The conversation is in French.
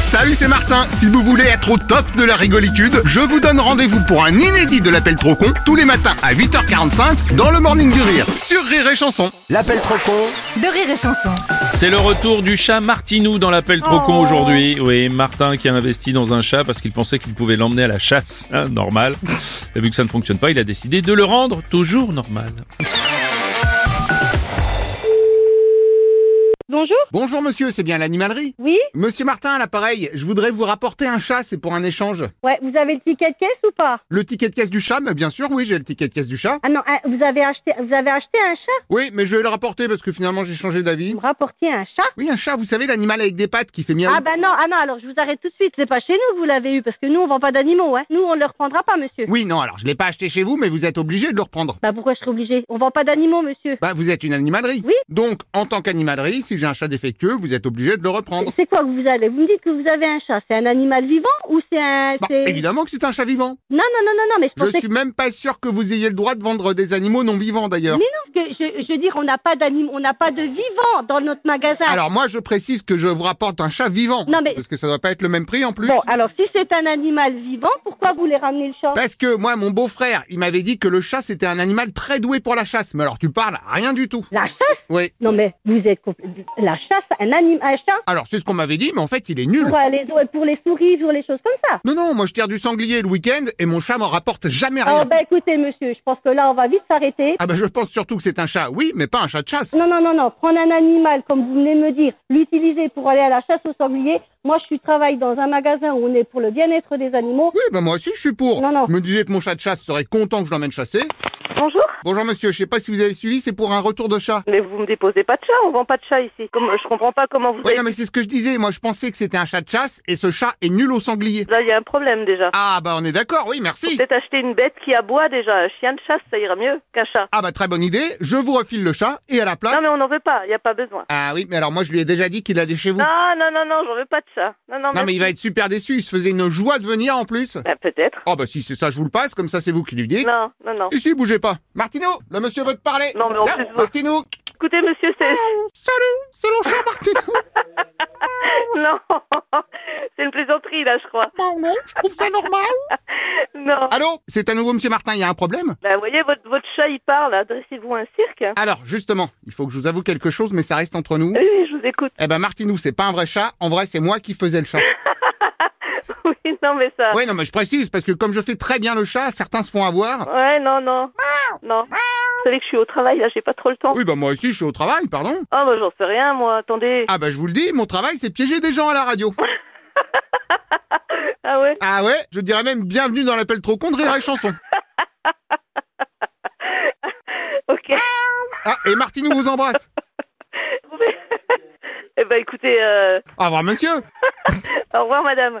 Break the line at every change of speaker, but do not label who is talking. Salut, c'est Martin. Si vous voulez être au top de la rigolitude, je vous donne rendez-vous pour un inédit de l'appel trop con tous les matins à 8h45 dans le Morning du Rire sur Rire et Chanson.
L'appel trop con
de rire et chanson.
C'est le retour du chat Martinou dans l'appel trop con aujourd'hui. Oui, Martin qui a investi dans un chat parce qu'il pensait qu'il pouvait l'emmener à la chasse, hein, normal. Et vu que ça ne fonctionne pas, il a décidé de le rendre toujours normal.
Bonjour
Bonjour monsieur, c'est bien l'animalerie
Oui
Monsieur Martin à l'appareil, je voudrais vous rapporter un chat, c'est pour un échange.
Ouais, vous avez le ticket de caisse ou pas
Le ticket de caisse du chat, mais bien sûr, oui, j'ai le ticket de caisse du chat.
Ah non, ah, vous avez acheté vous avez acheté un chat
Oui, mais je vais le rapporter parce que finalement j'ai changé d'avis.
Vous me rapportiez un chat
Oui, un chat, vous savez, l'animal avec des pattes qui fait miaou.
Ah bah non, ah non, alors je vous arrête tout de suite, c'est pas chez nous que vous l'avez eu parce que nous on vend pas d'animaux hein. Nous on le reprendra pas monsieur.
Oui, non, alors je l'ai pas acheté chez vous, mais vous êtes obligé de le reprendre.
Bah pourquoi je serais obligée On vend pas d'animaux monsieur.
Bah, vous êtes une animalerie.
Oui.
Donc, en tant qu'animalerie, si j'ai un chat défectueux, vous êtes obligé de le reprendre.
C'est quoi que vous avez Vous me dites que vous avez un chat, c'est un animal vivant ou c'est un
Bah,
c'est-
évidemment que c'est un chat vivant.
Non non non non non, mais je
Je
pensais
suis même pas sûr que vous ayez le droit de vendre des animaux non vivants d'ailleurs.
Mais non, que je, je veux dire on n'a pas d'animaux, on n'a pas de vivants dans notre magasin.
Alors moi, je précise que je vous rapporte un chat vivant.
Non, mais-
Parce que ça doit pas être le même prix en plus.
Bon, alors si c'est un animal vivant, pourquoi vous les ramenez le chat
Parce que moi, mon beau-frère, il m'avait dit que le chat c'était un animal très doué pour la chasse. Mais alors tu parles rien du tout.
La chasse
Oui.
Non mais vous êtes compl- la chasse, un anime, un chat
Alors c'est ce qu'on m'avait dit, mais en fait il est nul.
pour euh, les pour les souris, pour les choses comme ça.
Non, non, moi je tire du sanglier le week-end et mon chat m'en rapporte jamais Ah, rien.
Alors bah écoutez monsieur, je pense que là on va vite s'arrêter.
Ah bah je pense surtout que c'est un chat, oui, mais pas un chat de chasse.
Non non non non, prendre un animal comme vous venez de me dire, l'utiliser pour aller à la chasse au sanglier. Moi je suis travaille dans un magasin où on est pour le bien-être des animaux.
Oui, bah moi aussi je suis pour.
Non, non.
Je me disais que mon chat de chasse serait content que je l'emmène chasser.
Bonjour.
Bonjour monsieur, je sais pas si vous avez suivi, c'est pour un retour de chat.
Mais vous me déposez pas de chat, on vend pas de chat ici. Comme, je comprends pas comment vous
Oui,
avez-
non mais c'est ce que je disais, moi je pensais que c'était un chat de chasse et ce chat est nul au sanglier.
Là, il y a un problème déjà.
Ah bah on est d'accord, oui
Faut
merci.
Peut-être acheter une bête qui aboie déjà. Un chien de chasse, ça ira mieux qu'un chat.
Ah bah très bonne idée, je vous refile le chat et à la place...
Non, mais on n'en veut pas, il n'y a pas besoin.
Ah oui, mais alors moi je lui ai déjà dit qu'il allait chez vous.
Non, non, non, non, j'en veux pas de chat. Non, non,
Ah, non mais il va être super déçu, il se faisait une joie de venir en plus.
Ben, peut-être.
Oh bah si c'est ça, je vous le passe, comme ça c'est vous qui lui dites.
Non, non, non.
Si, si, bougez pas. Martino, le monsieur veut te parler.
Non, mais en
Là,
plus, vous-
Martino.
Écoutez, monsieur, c'est...
Ah, Salut, c'est le chat Martino.
Non, c'est une plaisanterie, là, je crois.
Bon, non, je trouve ça normal.
Non.
Allô, c'est à nouveau monsieur Martin, il y a un problème
Ben, voyez, votre, votre chat, il parle. Adressez-vous à un cirque. hein.
Alors, justement, il faut que je vous avoue quelque chose, mais ça reste entre nous.
Oui, oui, je vous écoute.
Eh ben, Martinou, c'est pas un vrai chat. En vrai, c'est moi qui faisais le chat.
Oui, non, mais ça...
Ouais, non, mais je précise, parce que comme je fais très bien le chat, certains se font avoir.
Ouais, non, non. Non. Vous savez que je suis au travail, là, j'ai pas trop le temps.
Oui, bah, moi aussi, je suis au travail, pardon.
Ah, bah, j'en sais rien, moi. Attendez.
Ah, bah, je vous le dis, mon travail, c'est piéger des gens à la radio.
Ah ouais
Ah ouais, je dirais même bienvenue dans l'appel trop con de rire et chanson.
Ok.
Ah, et Martinou vous embrasse.
eh ben écoutez, euh,
Au revoir, monsieur.
au revoir madame.